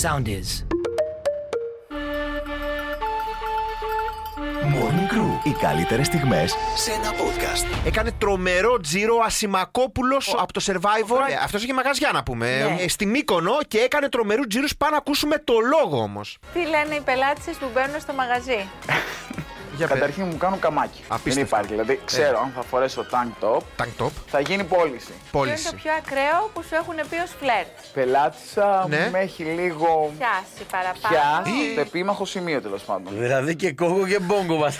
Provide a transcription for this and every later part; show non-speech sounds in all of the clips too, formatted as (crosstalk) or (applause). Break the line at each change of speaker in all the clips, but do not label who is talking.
sound is.
Morning Crew. Οι καλύτερες στιγμές σε ένα podcast.
Έκανε τρομερό τζίρο Ασημακόπουλος από το Survivor.
Ωραία.
Αυτός είχε μαγαζιά να πούμε.
Ναι.
ε, Στη Μύκονο και έκανε τρομερούς τζίρους. Πάμε να ακούσουμε το λόγο όμως.
Τι λένε οι πελάτες που μπαίνουν στο μαγαζί.
Καταρχήν μου κάνουν καμάκι.
Ε, Απίστευτο. Ε.
Δεν υπάρχει. Δηλαδή, ξέρω αν θα φορέσω tank top,
Tank top.
θα γίνει πώληση.
Ποιο είναι το
Πώληση.
πιο ακραίο που σου έχουν πει ως φλερτ.
Πελάτησα
Ναι.
με έχει λίγο
Πιάσει παραπάνω.
πια στο επίμαχο σημείο τέλος πάντων.
Δηλαδή και κόκο και μπόγκο μας
Ας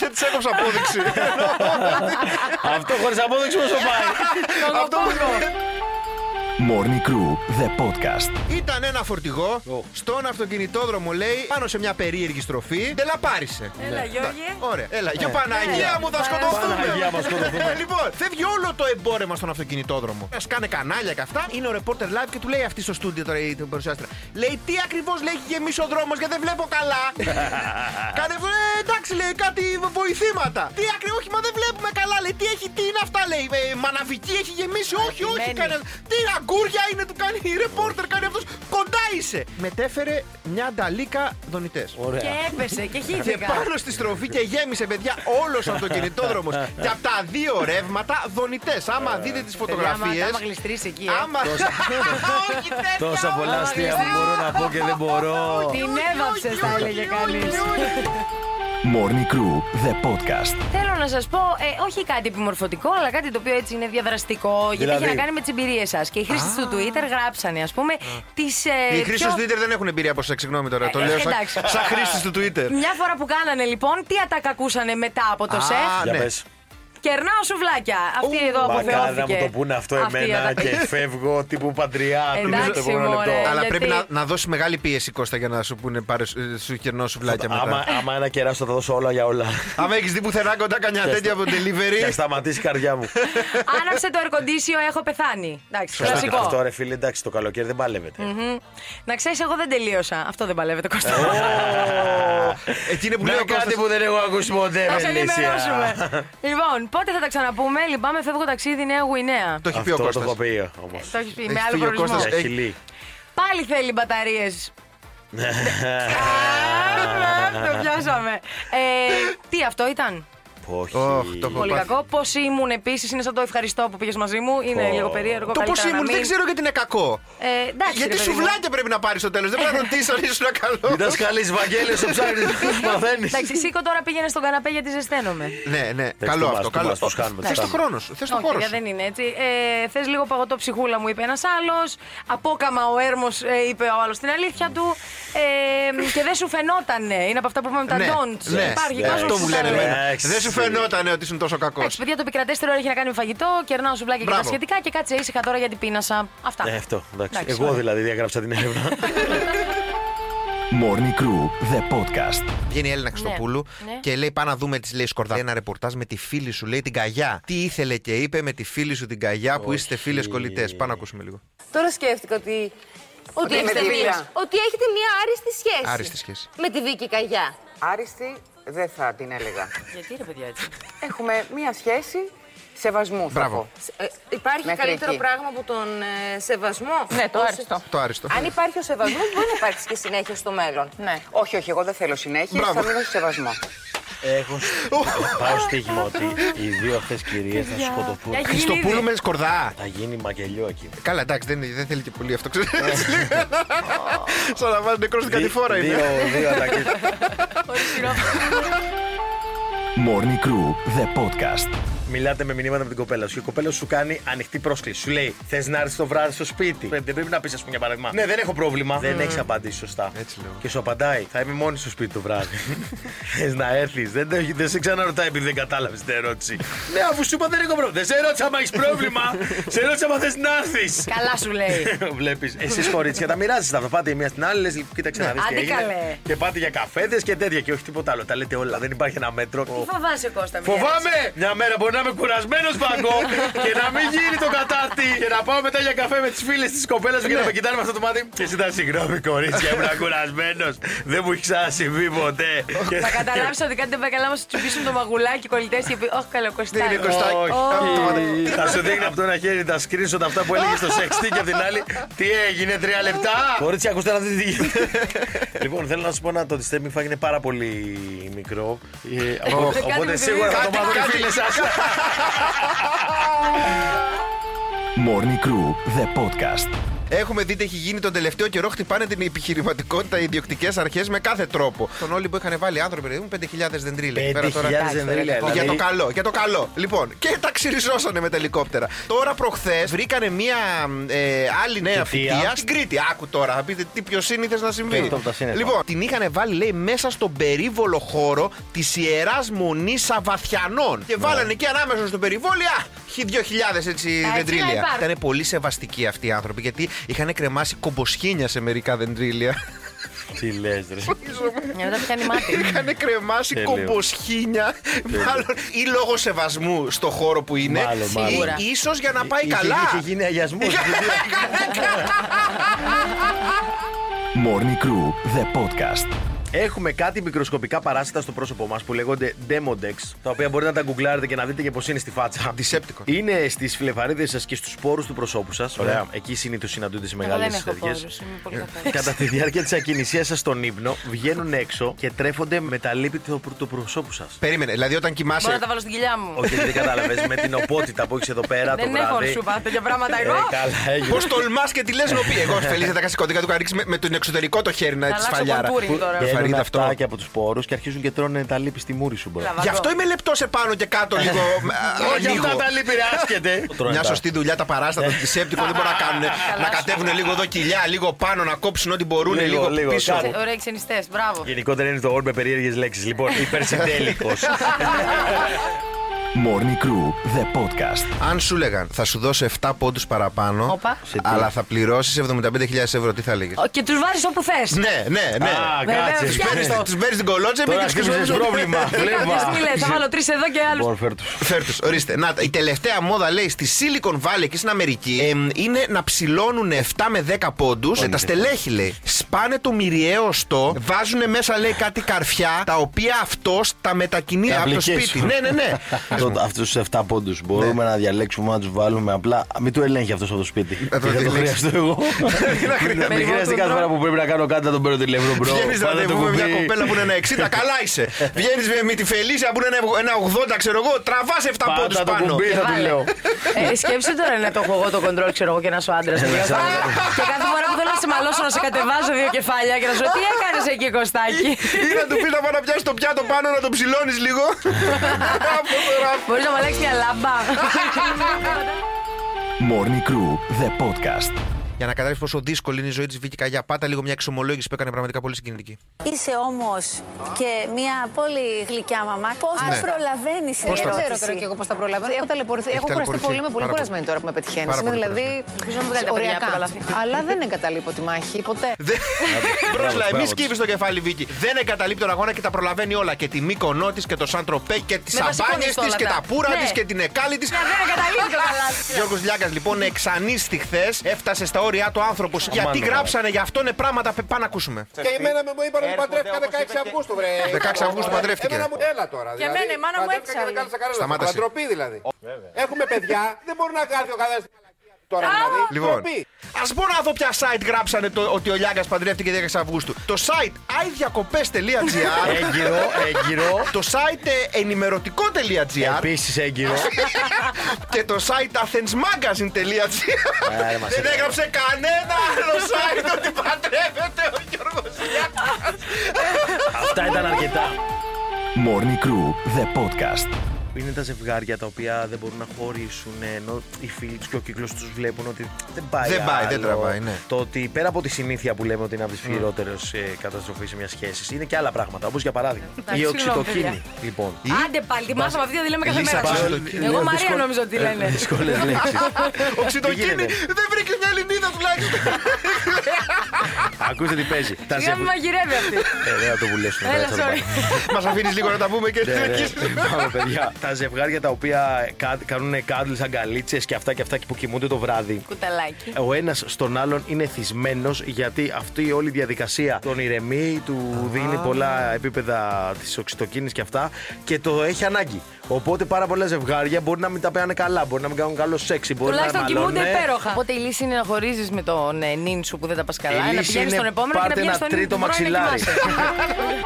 (laughs) δεν τη έκοψα
(laughs)
απόδειξη.
Αυτό χωρίς απόδειξη πώς το
(laughs)
πάει.
Αυτό μου
Morning Crew, the podcast.
Ήταν ένα φορτηγό
Ω.
στον αυτοκινητόδρομο, λέει, πάνω σε μια περίεργη στροφή. Τελαπάρισε.
Έλα, Γιώργη. Ναι.
Ωραία. Έλα, για Παναγία
Έλα.
μου, θα σκοτωθούμε.
Ναι. Παναγία μας, σκοτωθούμε.
(laughs) λοιπόν, φεύγει όλο το εμπόρεμα στον αυτοκινητόδρομο. Ας κάνε κανάλια και αυτά. Είναι ο ρεπόρτερ live και του λέει αυτή στο στούντιο τώρα η την παρουσιάστρια. Λέει τι ακριβώς λέει έχει γεμίσει ο δρόμος γιατί δεν βλέπω καλά. κάνε «Ε, εντάξει λέει κάτι βοηθήματα. Τι ακριβώ, όχι μα δεν βλέπουμε καλά λέει. Τι έχει, τι είναι αυτά λέει. «Ε, μαναβική έχει γεμίσει, όχι, όχι.
Αγαπημένη.
Κάνε, τι αγκούρια είναι του κάνει η ρεπόρτερ, κάνει αυτός. Κοντά είσαι. Μετέφερε μια νταλίκα δονητές.
Ωραία.
Και έπεσε και
Και
χύθηκα.
πάνω στη στροφή και γέμισε, παιδιά, όλος ο αυτοκινητόδρομος. και από τα δύο ρεύματα, δονητές. Άμα δείτε τις
Παιδιά, άμα-
φωτογραφίες.
Άμα γλιστρήσει εκεί. ε.
Άμα. Όχι, τέτοια,
Τόσα πολλά
όχι,
αστεία που
όχι,
μπορώ να πω και δεν μπορώ.
Την
όχι,
έβαψε,
όχι,
θα
όχι,
έλεγε
όχι,
κανεί.
όχι, όχι.
Morning Crew, the podcast.
Θέλω να σας πω, ε, όχι κάτι επιμορφωτικό, αλλά κάτι το οποίο έτσι είναι διαδραστικό, γιατί
Δηλαδή?
έχει να κάνει με τις εμπειρίες σας. Και οι χρήστες του Twitter γράψανε, ας πούμε, τις. Ε,
Οι
πιο-
χρήστες του Twitter δεν έχουν εμπειρία από σεξ, συγγνώμη τώρα. Το
Ε,
λέω σαν-
εντάξει.
σαν χρήστες του Twitter.
Μια φορά που κάνανε λοιπόν, τι ατακακούσανε μετά από το
Α,
σεφ.
Για
ναι.
πες.
Κερνάω σουβλάκια. Αυτή εδώ
Μακάρι να
αποφεώθηκε.
μου το πούνε αυτό
Αυτή η
εμένα
ατακα-
και φεύγω τύπου παντριά.
Εντάξει,
τύπου στο επόμενο
μωρέ.
λεπτό.
Αλλά
γιατί-
πρέπει να, να δώσει μεγάλη πίεση Κώστα για να σου πούνε πάρε σου- ε, σου κερνό σουβλάκια
Άμα,
μετά.
άμα ένα κεράσο θα δώσω όλα για όλα.
Άμα έχεις δει πουθενά κοντά κανιά τέτοια από
Θα
delivery.
σταματήσει η καρδιά
(laughs)
μου.
Άναψε το air condition, έχω πεθάνει. Εντάξει,
Αυτό
κλασικό.
ρε φίλε, εντάξει, το καλοκαίρι δεν παλεύεται.
Να ξέρεις, εγώ δεν τελείωσα. Αυτό δεν παλεύεται, Κώστα.
(laughs) Εκεί είναι Ναι, που
Να
λέει ο
κάτι
Κώστας,
που δεν έχω ακούσει ποτέ,
Θα σε
Μελίσια.
ενημερώσουμε. λοιπόν, πότε θα τα ξαναπούμε. Λυπάμαι, φεύγω ταξίδι Νέα Γουινέα.
Το έχει πει ο
Αυτό το
Κώστας. ε,
έχω πει όμως.
Το έχεις πει με
Έχει
άλλο
φύγει ο
προορισμό.
Κώστας.
Έχει λύει.
Πάλι θέλει μπαταρίες.
(laughs)
Το πιάσαμε. Ε, Τι αυτό ήταν.
Όχι.
Ωχ, το έχω
Πολύ
πάθει.
κακό. Πώς ήμουν επίσης, είναι σαν το ευχαριστώ που πήγες μαζί μου. Είναι
Πω.
λίγο περίεργο.
Το
καλύτερα
πώς
να
ήμουν
μην.
δεν ξέρω γιατί είναι κακό.
Ε, εντάξει, ρε
Γιατί
παιδί μου.
σουβλάκια πρέπει να πάρεις στο τέλος. Δεν πρέπει να ρωτήσει αν ήσουν
Μην τα
καλό.
σκαλείς Βαγγέλη, όσο ψάχνεις,
(laughs)
μαθαίνεις.
Εντάξει, σήκω τώρα πήγαινες στον καναπέ γιατί ζεσταίνομαι.
(laughs) Ναι, ναι, καλό
το μας,
αυτό.
το
Καλό.
μας, τους κάνουμε,
Θε
τους
το
κάνουμε.
χρόνο σου. Θες το
Όχι,
χώρο
παιδιά,
σου.
δεν είναι έτσι. Ε, Θες λίγο παγωτό ψυχούλα, μου είπε ένας άλλος. Απόκαμα ο έρμος, είπε ο άλλος την αλήθεια του. Ε, και δεν σου φαινόταν. Είναι από αυτά που είπαμε τα
Ναι,
don'ts.
ναι,
Υπάρχει
ναι,
κόσμος
Αυτό
που
μου
τα
λένε
λέει.
εμένα.
Εντάξει.
Δεν σου φαινόταν ότι ήσουν τόσο κακός.
Εντάξει, παιδιά, το επικρατέστερο έχει να κάνει με φαγητό, κερνάω σουβλάκια και τα
Μπράβο.
σχετικά και κάτσε ήσυχα τώρα γιατί πίνασα. Αυτά.
Ναι, αυτό. Εντάξει.
Εντάξει,
Εγώ
ωραία.
δηλαδή διαγράψα την έρευνα.
Morning Crew, the podcast.
Βγαίνει η Έλληνα Χριστοπούλου
ναι.
και λέει: Πάμε να δούμε της λέει Σκορδά. Ένα ρεπορτάζ με τη φίλη σου, λέει την καγιά. Τι ήθελε και είπε με τη φίλη σου την καγιά που είστε φίλες κολλητές. Πάμε να ακούσουμε λίγο.
Τώρα σκέφτηκα ότι. Ότι, έχετε, μία, ότι έχετε μία άριστη σχέση.
Άριστη σχέση.
Με τη Βίκη Καγιά.
Άριστη δεν θα την έλεγα.
Γιατί ρε παιδιά έτσι.
Έχουμε μία σχέση σεβασμού. θα
Μπράβο.
πω.
Ε, υπάρχει
Μέχρι
καλύτερο
εκεί.
πράγμα από τον ε, σεβασμό.
Ναι, το
Όσο-
άριστο.
Το άριστο.
Αν υπάρχει ο σεβασμός, μπορεί να υπάρξει και συνέχεια στο μέλλον.
Ναι.
Όχι, όχι, εγώ δεν θέλω συνέχεια.
Μπράβο.
Θα μείνω σε σεβασμό.
Έχω. σ- Πάω στοίχημα ότι οι δύο αυτές κυρίες θα σκοτωθούν.
Έχει γίνει
Χριστοπούλου
ήδη.
με Σκορδά.
Θα γίνει μακελιό εκεί.
Καλά, εντάξει, δεν, δεν θέλει και πολύ αυτό. ξέρεις. (laughs) Σαν να βάζει νεκρός στην
Ε. Δι-
κατηφόρα είναι.
Δύο, δύο ατακές.
Morning Crew, the podcast.
Μιλάτε με μηνύματα με την κοπέλα σου και η κοπέλα σου κάνει ανοιχτή πρόσκληση. Σου λέει: Θες να έρθεις το βράδυ στο σπίτι. Πρέπει, δεν πρέπει να πεις, ας πούμε, για παράδειγμα. Ναι, δεν έχω πρόβλημα. Δεν έχεις απαντήσει σωστά.
Έτσι λέω.
Και σου απαντάει: Θα είμαι μόνη στο σπίτι το (laughs) βράδυ. Θες να έρθεις. Δεν, το έχει- δεν σε ξαναρωτάει επειδή δεν κατάλαβες την (laughs) ερώτηση. ναι, αφού σου είπα δεν έχω πρόβλημα. Δεν σε ρώτησα αν έχεις (laughs) πρόβλημα. σε ρώτησα αν θες να έρθεις.
Καλά σου λέει.
(laughs) Βλέπεις. Εσείς κορίτσια τα μοιράζεστε αυτά. Πάτε η μία στην άλλη, λες: Κοίταξε να δει τι
Ναι. άντε
έγινε.
καλέ.
Και πάτε για καφέδες και τέτοια και όχι τίποτα άλλο. Τα λέτε όλα. Δεν υπάρχει ένα μέτρο.
Φοβάσαι Κώστα. μη
Φοβάμαι! Μια μέρα μπορεί να να είμαι κουρασμένος παγκό (laughs) και να μην γίνει το κατάρτι και να πάω μετά για καφέ με τις φίλες της κοπέλας
Ναι.
μου και να με κοιτάνε με αυτό το μάτι. Και εσύ ήταν συγγνώμη, κορίτσια,
(laughs)
ήμουν κουρασμένος. Δεν μου έχει ξανασυμβεί ποτέ. Και-
Θα καταλάβεις ότι κάτι δεν πάει καλά, μα τσιμπήσουν το μαγουλάκι κολλητέ και πει Όχι, καλό
(laughs) Δεν είναι
Κωστάκι.
κοστάκι.
Όχι. Θα σου δείχνει από το ένα χέρι τα screenshot αυτά που έλεγε στο σεξτή και από την άλλη. Τι έγινε, τρία λεπτά. Κορίτσια, ακούστε να δείτε τι γίνεται. Λοιπόν, θέλω να σου πω να το disturbing fact είναι πάρα πολύ μικρό. Ε, οπότε-
κάνουμε
Οπότε σίγουρα θα το
Κάτι,
μάθουν οι
κάτι.
φίλε σας.
Morning Crew, the podcast.
Έχουμε δει τι έχει γίνει τον τελευταίο καιρό. Χτυπάνε την επιχειρηματικότητα οι ιδιοκτικές αρχές με κάθε τρόπο. Τον όλοι που είχαν βάλει άνθρωποι, ρε, μου 5.000 δεντρίλε.
5.000 δεντρίλια,
Λοιπόν, Για το
δηλαδή.
καλό, για το καλό. Λοιπόν, και τα ξυριζώσανε με τα ελικόπτερα. Τώρα προχθές βρήκανε μία ε, άλλη νέα
Φυτεία.
φοιτεία στην Κρήτη. Άκου τώρα, θα πείτε τι πιο σύνηθες να συμβεί.
Πέφτω από τα σύννεφα.
Λοιπόν, την είχαν βάλει, λέει, μέσα στον περίβολο χώρο της ιεράς μονής Σαβαθιανών.
Ναι.
Και βάλανε εκεί ανάμεσα στον περιβόλι, α, 2.000 έτσι
να
δεντρίλια.
υπάρχουν.
Ήταν πολύ σεβαστικοί αυτοί οι άνθρωποι γιατί είχαν κρεμάσει κομποσχήνια σε μερικά δεντρίλια.
Τι λες, ρε.
Ναι, μετά πιάνει μάτι.
είχαν κρεμάσει
Τελείω.
κομποσχήνια, μάλλον ή λόγω σεβασμού στο χώρο που είναι.
Μάλλον, μάλλον.
Σίγουρα.
Ή ίσως για να πάει
Είχε-
καλά.
Είχε γίνει αγιασμός.
(laughs)
Morning Crew, the podcast.
Έχουμε κάτι μικροσκοπικά παράσιτα στο πρόσωπό μας που λέγονται Demodex, τα οποία μπορείτε να τα γκουγκλάρετε και να δείτε και πώς είναι στη φάτσα.
Αντισέπτικο.
Είναι στις φλεφαρίδε σας και στους πόρου του προσώπου σας. Ωραία. Εκεί συνήθως συναντούνται σε
Εγώ
μεγάλες
δεν έχω
εταιρείες.
πόρους, είμαι πολύ καθαρή.
Κατά τη διάρκεια της ακινησίας σας στον ύπνο, βγαίνουν έξω και τρέφονται με τα λύπη του του προσώπου σας.
(laughs)
Περίμενε, δηλαδή όταν
Μπορώ να
κοιμάσαι.
τα βάλω στην κοιλιά μου.
Όχι, δεν κατάλαβες με την οπότητα που έχεις εδώ πέρα το
Δεν
βράδυ.
έχω σου πάθει τέτοια πράγματα
Ε,
εγώ.
καλά, έγινε.
Πώς τολμάς και τη λες νοπή. Εγώ φελίζα τα κασικοντικά του καρίξι με, με τον εξωτερικό το χέρι να
Θα
τη
αλλάξω
σφαλιάρα.
κοντούρι τώρα.
Φαρίδα
Βγαίνουν
αυτό.
αυτά και από τους πόρους και αρχίζουν και τρώνε τα λύπη στη μούρη σου, μπρο.
Λαβαδό.
Γι' αυτό είμαι λεπτός επάνω και κάτω
(laughs)
λίγο.
Όχι,
ανοίγω.
αυτά τα λύπη ρε, (laughs) άσκεται.
Μια σωστή δουλειά τα
(laughs)
παράστατα του Σέπτικο δεν μπορούν να κάνουν. να κατέβουν λίγο εδώ κοιλιά, λίγο πάνω, να κόψουν ό,τι μπορούν,
Λίγο,
λίγο,
λίγο,
πίσω.
κάτω.
Ωραία, ξενιστές, μπράβο.
Γενικότερα είναι το όρ με περίεργες λέξεις. Λοιπόν,
(laughs)
υπερσυντέλικος.
Morning Crew, the podcast.
Αν σου λέγαν θα σου δώσω 7 πόντους παραπάνω,
Όπα.
Σε τι?
αλλά θα πληρώσεις 75.000 ευρώ, τι θα έλεγε.
Ο- Και τους βάζεις όπου θες.
Ναι, ναι, ναι.
Α,
Βεβαίως,
κάτσε.
φτιάξτε
ναι.
το.
Τους παίρνεις την κολότσεπη
Τώρα
και τους
χτύπησες πρόβλημα. Βλέπα.
Τι λε, θα βάλω τρεις εδώ και άλλους.
Λοιπόν, φέρ' τους.
Φέρτου, ορίστε. Να, η τελευταία μόδα λέει στη Silicon Valley και στην Αμερική εμ, είναι να ψηλώνουν 7 με 10 πόντου. τα στελέχη λέει. Σπάνε το μυριαίο οστό, βάζουν μέσα λέει κάτι καρφιά, τα οποία αυτός τα μετακινεί
Τα
από το
μπλεκές
σπίτι.
σου.
ναι, ναι, ναι.
(laughs) Αυτούς τους 7 πόντου μπορούμε να διαλέξουμε να τους βάλουμε απλά. Μην το ελέγχει αυτός από το σπίτι. Και
το
Θα το
διαλέξει.
χρειαστώ
(laughs)
εγώ. Μην χρειάζεται κάθε φορά που πρέπει να κάνω κάτι να τον παίρνω τηλέφωνο, μπρο.
Βγαίνεις
Πάντα το
ραντεβού με μια
κουμπί.
κοπέλα που είναι ένα
(laughs)
60, καλά είσαι. Βγαίνεις με τη Φελίσια που είναι ένα 80, ξέρω εγώ, τραβάς 7 πόντου
Πάντα το
πάνω.
κουμπί θα του
Βάλε.
λέω.
Ε, σκέψου τώρα να το έχω εγώ το κοντρόλ, ξέρω εγώ και να σου άντρας.
Ε,
και κάθε φορά που θέλω να σε μαλώσω να σε κατεβάζω δύο κεφάλια και να σου λέω τι έκανες εκεί, Κωστάκι.
Ή να του πεις να πάει να πιάσει το πιάτο πάνω να το ψηλώνεις
(laughs)
λίγο. Αυτό τώρα.
Μπορείς να μου αλλάξεις μια λάμπα.
Morning Crew, the podcast.
Για να καταλάβεις πόσο δύσκολη είναι η ζωή της Βίκυ Καγιά, πάτα λίγο μια εξομολόγηση που έκανε πραγματικά πολύ συγκινητική.
Είσαι όμως και μια πολύ γλυκιά μαμά. Πώς
Ναι.
το προλαβαίνεις
Πώς
την
το-
Δεν ξέρω
ερώτηση.
τώρα και εγώ πώς θα προλαβαίνω. Έχω ταλαιπωρηθεί. Ε, Έχω κουραστεί
ταλαιπωρηθεί.
πολύ. Είμαι πολύ
Πάρα
κουρασμένη τώρα που με πετυχαίνει.
Πάρα
Είμαι
πολύ
δηλαδή.
Ελπίζω να μου βγάλετε παιδιά από τα
Ωριακά.
λάθη.
Αλλά δεν εγκαταλείπω τη μάχη ποτέ.
Μπρόσλα,
μπράβο
εμεί
της.
σκύβεις στο κεφάλι Βίκυ. Δεν εγκαταλείπει τον αγώνα και τα προλαβαίνει όλα. Και τη μήκονό τη και το Σαντροπέ και τις
Με τα
αμπάνιε
σηκώνεις
τη
όλα
και τα
τα.
πουρα
Ναι.
της και την εκάλη της.
Δεν καταλήγει το
(laughs)
καλά.
Γιώργος Λιάγκας λοιπόν εξανίστη χθες, έφτασε στα όρια του άνθρωπος. Γιατί γράψανε για αυτόν πράγματα, πε- πάμε να ακούσουμε.
Και εμένα με μου είπαν ότι παντρεύτηκα 16 Αυγούστου, βρε.
16 Αυγούστου παντρεύτηκε.
Εμένα μου έλα τώρα. δηλαδή.
Για μένα, η μάνα μου
παντρεύτηκα
έξαλλη.
και δεν κάθεσα κανένα.
Σταμάτα εσύ.
Παντροπή δηλαδή. Έχουμε παιδιά, δεν μπορεί να κάθει ο καθένας. Τώρα δηλαδή.
Λοιπόν,
ντροπή.
α μπορώ να δω ποια site γράψανε το, ότι ο Λιάγκας παντρεύτηκε 16 Αυγούστου. Το site idιακοπέ.gr
Έγκυρο, έγκυρο.
το site ε, ενημερωτικό.gr
Επίσης έγκυρο.
και το site athensmagazine.gr
Ε, ρε, μας
Δεν
έκανε.
έγραψε κανένα άλλο site ότι παντρεύεται ο Γιώργος Λιάγκας.
Αυτά ήταν αρκετά.
Morning Crew, the podcast.
Είναι τα ζευγάρια τα οποία δεν μπορούν να χωρίσουν ενώ οι φίλοι τους και ο κύκλος τους βλέπουν ότι δεν πάει.
Δεν πάει,
άλλο.
δεν τραβάει, ναι.
Το ότι πέρα από τη συνήθεια που λέμε ότι είναι από τις χειρότερε καταστροφές σε μιας σχέσης, είναι και άλλα πράγματα. Όπως για παράδειγμα η
συγγνώμη,
οξυτοκίνη.
παιδιά.
Λοιπόν,
Άντε πάλι, τη μάθαμε αυτή, τη λέμε κάθε
Λύσα,
μέρα.
πάλι,
Εγώ Μαρία νομίζω ότι λένε.
δύσκολες
(laughs)
λέξεις.
Οξυτοκίνη, δεν βρήκε μια Ελληνίδα τουλάχιστον.
Ακούστε τι παίζει. Τα
Σιγά
σε...
μου μαγειρεύει αυτή.
Ε, δεν θα το βουλέψουμε.
Έλα,
θα το
sorry.
πάρουμε.
Μας αφήνεις λίγο να τα πούμε και
Ναι, ρε,
συνεχίζεις.
Πάμε, παιδιά. Τα ζευγάρια τα οποία κα- κάνουν κάντλ, αγκαλίτσες και αυτά και αυτά που κοιμούνται το βράδυ.
Κουταλάκι.
Ο ένας στον άλλον είναι θυσμένος γιατί αυτή η όλη διαδικασία τον ηρεμεί, του δίνει πολλά επίπεδα της οξυτοκίνης και αυτά και το έχει ανάγκη. Οπότε πάρα πολλά ζευγάρια μπορεί να μην τα πέρανε καλά, μπορεί να μην κάνουν καλό σεξ, μπορεί
Τουλάχιστον
να
κοιμούνται
μαλώνουνε.
υπέροχα. Οπότε η λύση είναι να χωρίζεις με τον ε, νυν σου που δεν τα πας
Η
καλά, να
λύση
πηγαίνεις
είναι
στον επόμενο και να
πάρτε
πηγαίνει
ένα
στον
τρίτο
που μπορεί να
μαξιλάρι.
κοιμάσαι.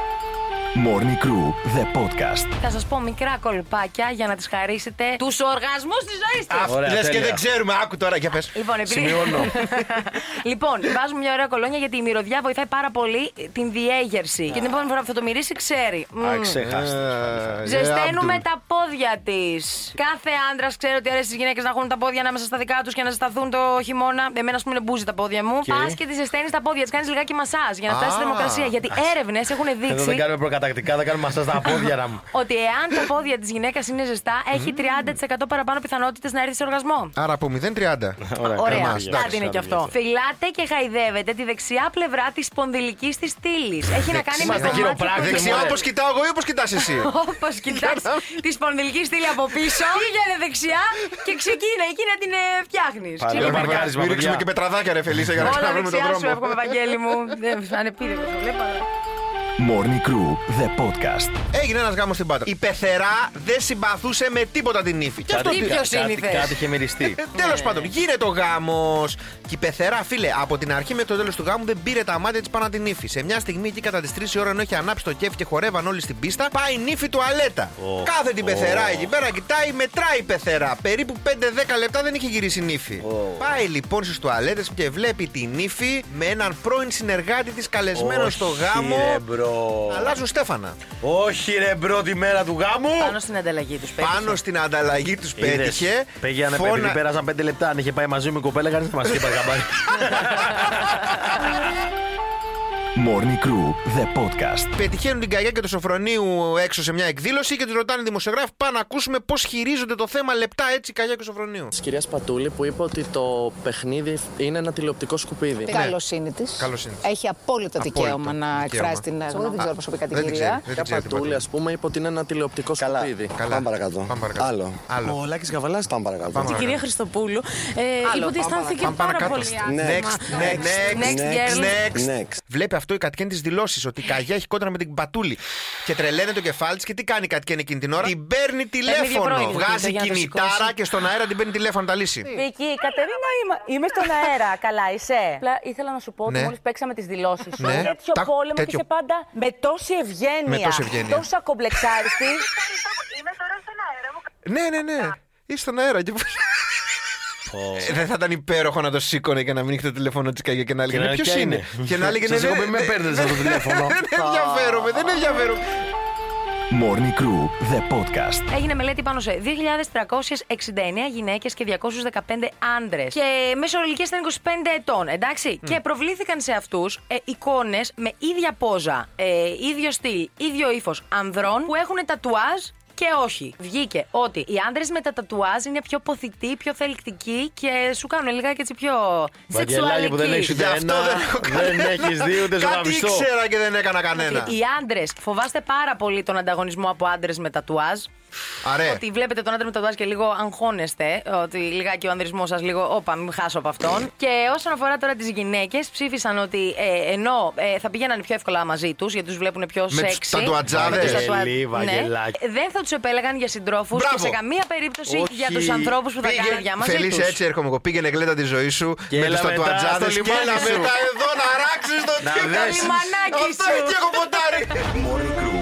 Morning Crew, the podcast.
Θα σας πω μικρά κολπάκια για να τις χαρίσετε τους οργασμούς της ζωής τη.
Ωραία,
Λες και
τέλεια.
δεν ξέρουμε, άκου τώρα για πες.
Λοιπόν, επειδή...
Σημειώνω.
(laughs) λοιπόν, βάζουμε μια ωραία κολόνια γιατί η μυρωδιά βοηθάει πάρα πολύ την διέγερση. Και την επόμενη φορά που θα το μυρίσει, ξέρει. Μμμ.
(laughs) Α, ξέχασα.
Ε,
Ζεσταίνουμε
ε,
τα πόδια της. Κάθε άντρας ξέρει ότι αρέσει στις γυναίκες να έχουν τα πόδια ανάμεσα στα δικά τους και να ζεσταθούν το χειμώνα. Εμένα, ας πούμε, μπούζει τα πόδια μου.
Και?
Πας και τη ζεσταίνεις τα πόδια, της κάνεις λιγάκι μασά για να
Α,
φτάσει στη θερμοκρασία. Γιατί έρευνες έχουν
Εδώ Ε, δεν
δείξει
κάνουμε προκατακτικά, δεν κάνουμε (laughs) μασά στα πόδια να μου.
ότι εάν τα πόδια της γυναίκας είναι ζεστά, έχει 30% παραπάνω πιθανότητες να έρθει σε οργασμό.
Άρα από 0,30.
Ωραία,
καλά,
κάτι είναι
εντάξει,
και αυτό. Φυλάτε και χαϊδεύετε τη δεξιά πλευρά της σπονδυλικής της στήλης. Έχει να κάνει με
Είμαστε
το
χειροπράκτες,
μάτι
μωρέ.
Δεξιά όπως κοιτάω εγώ ή όπως κοιτάς εσύ.
(laughs) Όπως κοιτάς τη σπονδυλική στήλη από
(laughs)
πίσω, πήγαινε δεξιά και ξεκίνα εκεί να την ε, φτιάχνεις.
Παλαιό μαρκάρισμα,
Μην
παιδιά.
ρίξουμε και πετραδάκια, ρε Φελίσσα, για να
Όλα
ξαναβρούμε τον
δεξιά σου,
δρόμο.
εύχομαι, Βαγγέλη
(laughs)
μου. Δεν ανεπίδευρο το βλέπω. αλλά-
Morning Crew, the podcast.
Έγινε ένας γάμος στην Πάτρα. Η πεθερά δεν συμπαθούσε με τίποτα την ύφη. Και αυτό
Κάτι-
τι-
ποιος
κάτι-
είναι η θέση.
Κάτι είχε μυριστεί.
Τέλο Ε, πάντων, γίνεται ο γάμος. Και η πεθερά, φίλε, από την αρχή μέχρι το τέλος του γάμου δεν πήρε τα μάτια της πάνω από την ύφη. Σε μια στιγμή εκεί κατά τις 3 η ώρα ενώ είχε ανάψει το κέφι και χορεύαν όλοι στην πίστα, πάει η νύφη τουαλέτα.
Ω.
Κάθε την
Ω.
πεθερά εκεί πέρα κοιτάει, μετράει η πεθερά. Περίπου 5-10 λεπτά δεν είχε γυρίσει η νύφη.
Ω.
Πάει λοιπόν στι τουαλέτες και βλέπει τη νύφη με έναν πρώην συνεργάτη της καλεσμένος στο
Όχι,
γάμο.
ρε, μπρο.
Αλλάζουν Στέφανα.
Όχι ρε μπρο τη μέρα του γάμου.
Πάνω στην ανταλλαγή τους
Πάνω στην ανταλλαγή τους πέτυχε.
Πήγαινε
Φώνα-
επειδή πέρασαν πέντε λεπτά. Αν είχε πάει μαζί μου η κοπέλα, κανείς δεν μας είχε πάρει καμπάρι.
Morning Crew, the podcast.
Πετυχαίνουν την Καγιά και το Σοφρονίου έξω σε μια εκδήλωση και του ρωτάνε οι δημοσιογράφοι πάμε να ακούσουμε πώς χειρίζονται το θέμα λεπτά έτσι η Καγιά και ο Σοφρονίου.
Της κυρίας Πατούλη που είπε ότι το παιχνίδι είναι ένα τηλεοπτικό σκουπίδι.
Καλοσύνη τη.
Καλοσύνη Ναι. της.
Έχει απόλυτο δικαίωμα να
δικαίωμα.
εκφράσει την. Εγώ δεν ξέρω προσωπικά την
δεν την ξέρω,
κυρία.
δεν
Η κυρία
την ξέρω την
Πατούλη,
Πατούλη.
ας πούμε, είπε ότι είναι ένα τηλεοπτικό σκουπίδι.
Καλά. Πάμε παρακάτω. Πάμε παρακάτω. Άλλο. Άλλο.
Ο Λάκης Γαβαλάς, πάμε παρακάτω.
Πάμε παρακάτω.
Χριστοπούλου είπε ότι αισθάνθηκε
Πάμε παρακάτω. Next, next,
Next
next,
girl.
next,
Next.
Βλέπει αυτό η Κατκέν της δηλώσεις ότι η Καγιά έχει κόντρα με την Πατούλη. Και τρελαίνει το κεφάλι της και τι κάνει η Κατκέν εκείνη την ώρα. Την παίρνει τηλέφωνο.
διαπρόεδρο,
Βγάζει
για να το
κινητάρα
σηκώσει.
και στον αέρα την παίρνει τηλέφωνο τα λύσει.
Βίκυ, η Κατερίνα είμαι. Είμαι
(laughs)
στον αέρα. Καλά, είσαι. Απλά ήθελα να σου πω ότι
Ναι.
μόλις παίξαμε τις δηλώσεις σου.
Ναι.
Τέτοιο
Τα-
πόλεμο
τέτοιο-
και είσαι πάντα με τόση ευγένεια.
Με τόση ευγένεια.
Τόσα κομπλεξάριστης.
(laughs) Ναι, ναι, ναι. Είσαι στον αέρα και. Ε, Δεν θα ήταν υπέροχο να το σήκωνε και να μην είχε το τηλέφωνο της Καγιά και να έλεγε.
να-
Ποιος
ποια
είναι.
είναι?
Και να έλεγε.
Σας
ναι,
έχω
ναι,
πει, με
ναι,
παίρνετε
ναι,
στο
ναι,
τηλέφωνο.
(laughs) Δεν ενδιαφέρομαι, δεν ενδιαφέρομαι.
Morning Crew, the podcast.
Έγινε μελέτη πάνω σε 2.369 γυναίκες και 215 άντρες. Και μέσω ηλικίας ήταν 25 ετών, εντάξει. Και προβλήθηκαν σε αυτούς ε, εικόνες με ίδια πόζα, ε, ίδιο στυλ, ίδιο ύφος ανδρών που έχουν τατουάζ και όχι. Βγήκε ότι οι άντρε με τα τατουάζ είναι πιο ποθητοί, πιο θελκτικοί και σου κάνουν λιγάκι έτσι πιο
Βαγγελάκη που δεν έχει
σεξουαλικοί.
Γι'
ούτε
αυτό
ένα,
δεν έχω
δεν έχει
(laughs)
δύο, ούτε
Κάτι
ζωγραφιστό.
ήξερα και δεν έκανα κανένα.
Οι άντρε φοβάστε πάρα πολύ τον ανταγωνισμό από άντρε με τατουάζ.
Αρέ.
Ότι βλέπετε τον άντρα με τατουάζ και λίγο αγχώνεστε. Ότι λιγάκι ο ανδρισμός σας λίγο. Όπα, μην χάσω από αυτόν. και όσον αφορά τώρα τις γυναίκες, ψήφισαν ότι ε, ενώ ε, θα πηγαίνανε πιο εύκολα μαζί τους γιατί τους βλέπουν πιο
Με τους
σεξι.
τατουατζάδες.
με τους τατουα- Ναι.
Τρελή, Βαγγελάκη.
Δεν θα τους επέλεγαν για συντρόφους
Μπράβο.
και σε καμία περίπτωση
Όχι.
για τους ανθρώπους που θα
Πήγε-
κάνουν για μαζί του.
Φελίσσα, έτσι έρχομαι εγώ. Πήγαινε γλέτα τη ζωή σου
Και
με
έλα
τους
μετά
τατουατζάδε
στο
και
λιμάνι
έλα
σου.
μετά εδώ να αράξεις το
Να
τσίπα.
δες.
Λιμανάκι
Αυτό
σου.
εκεί έχω ποντάρει.
Morning Crew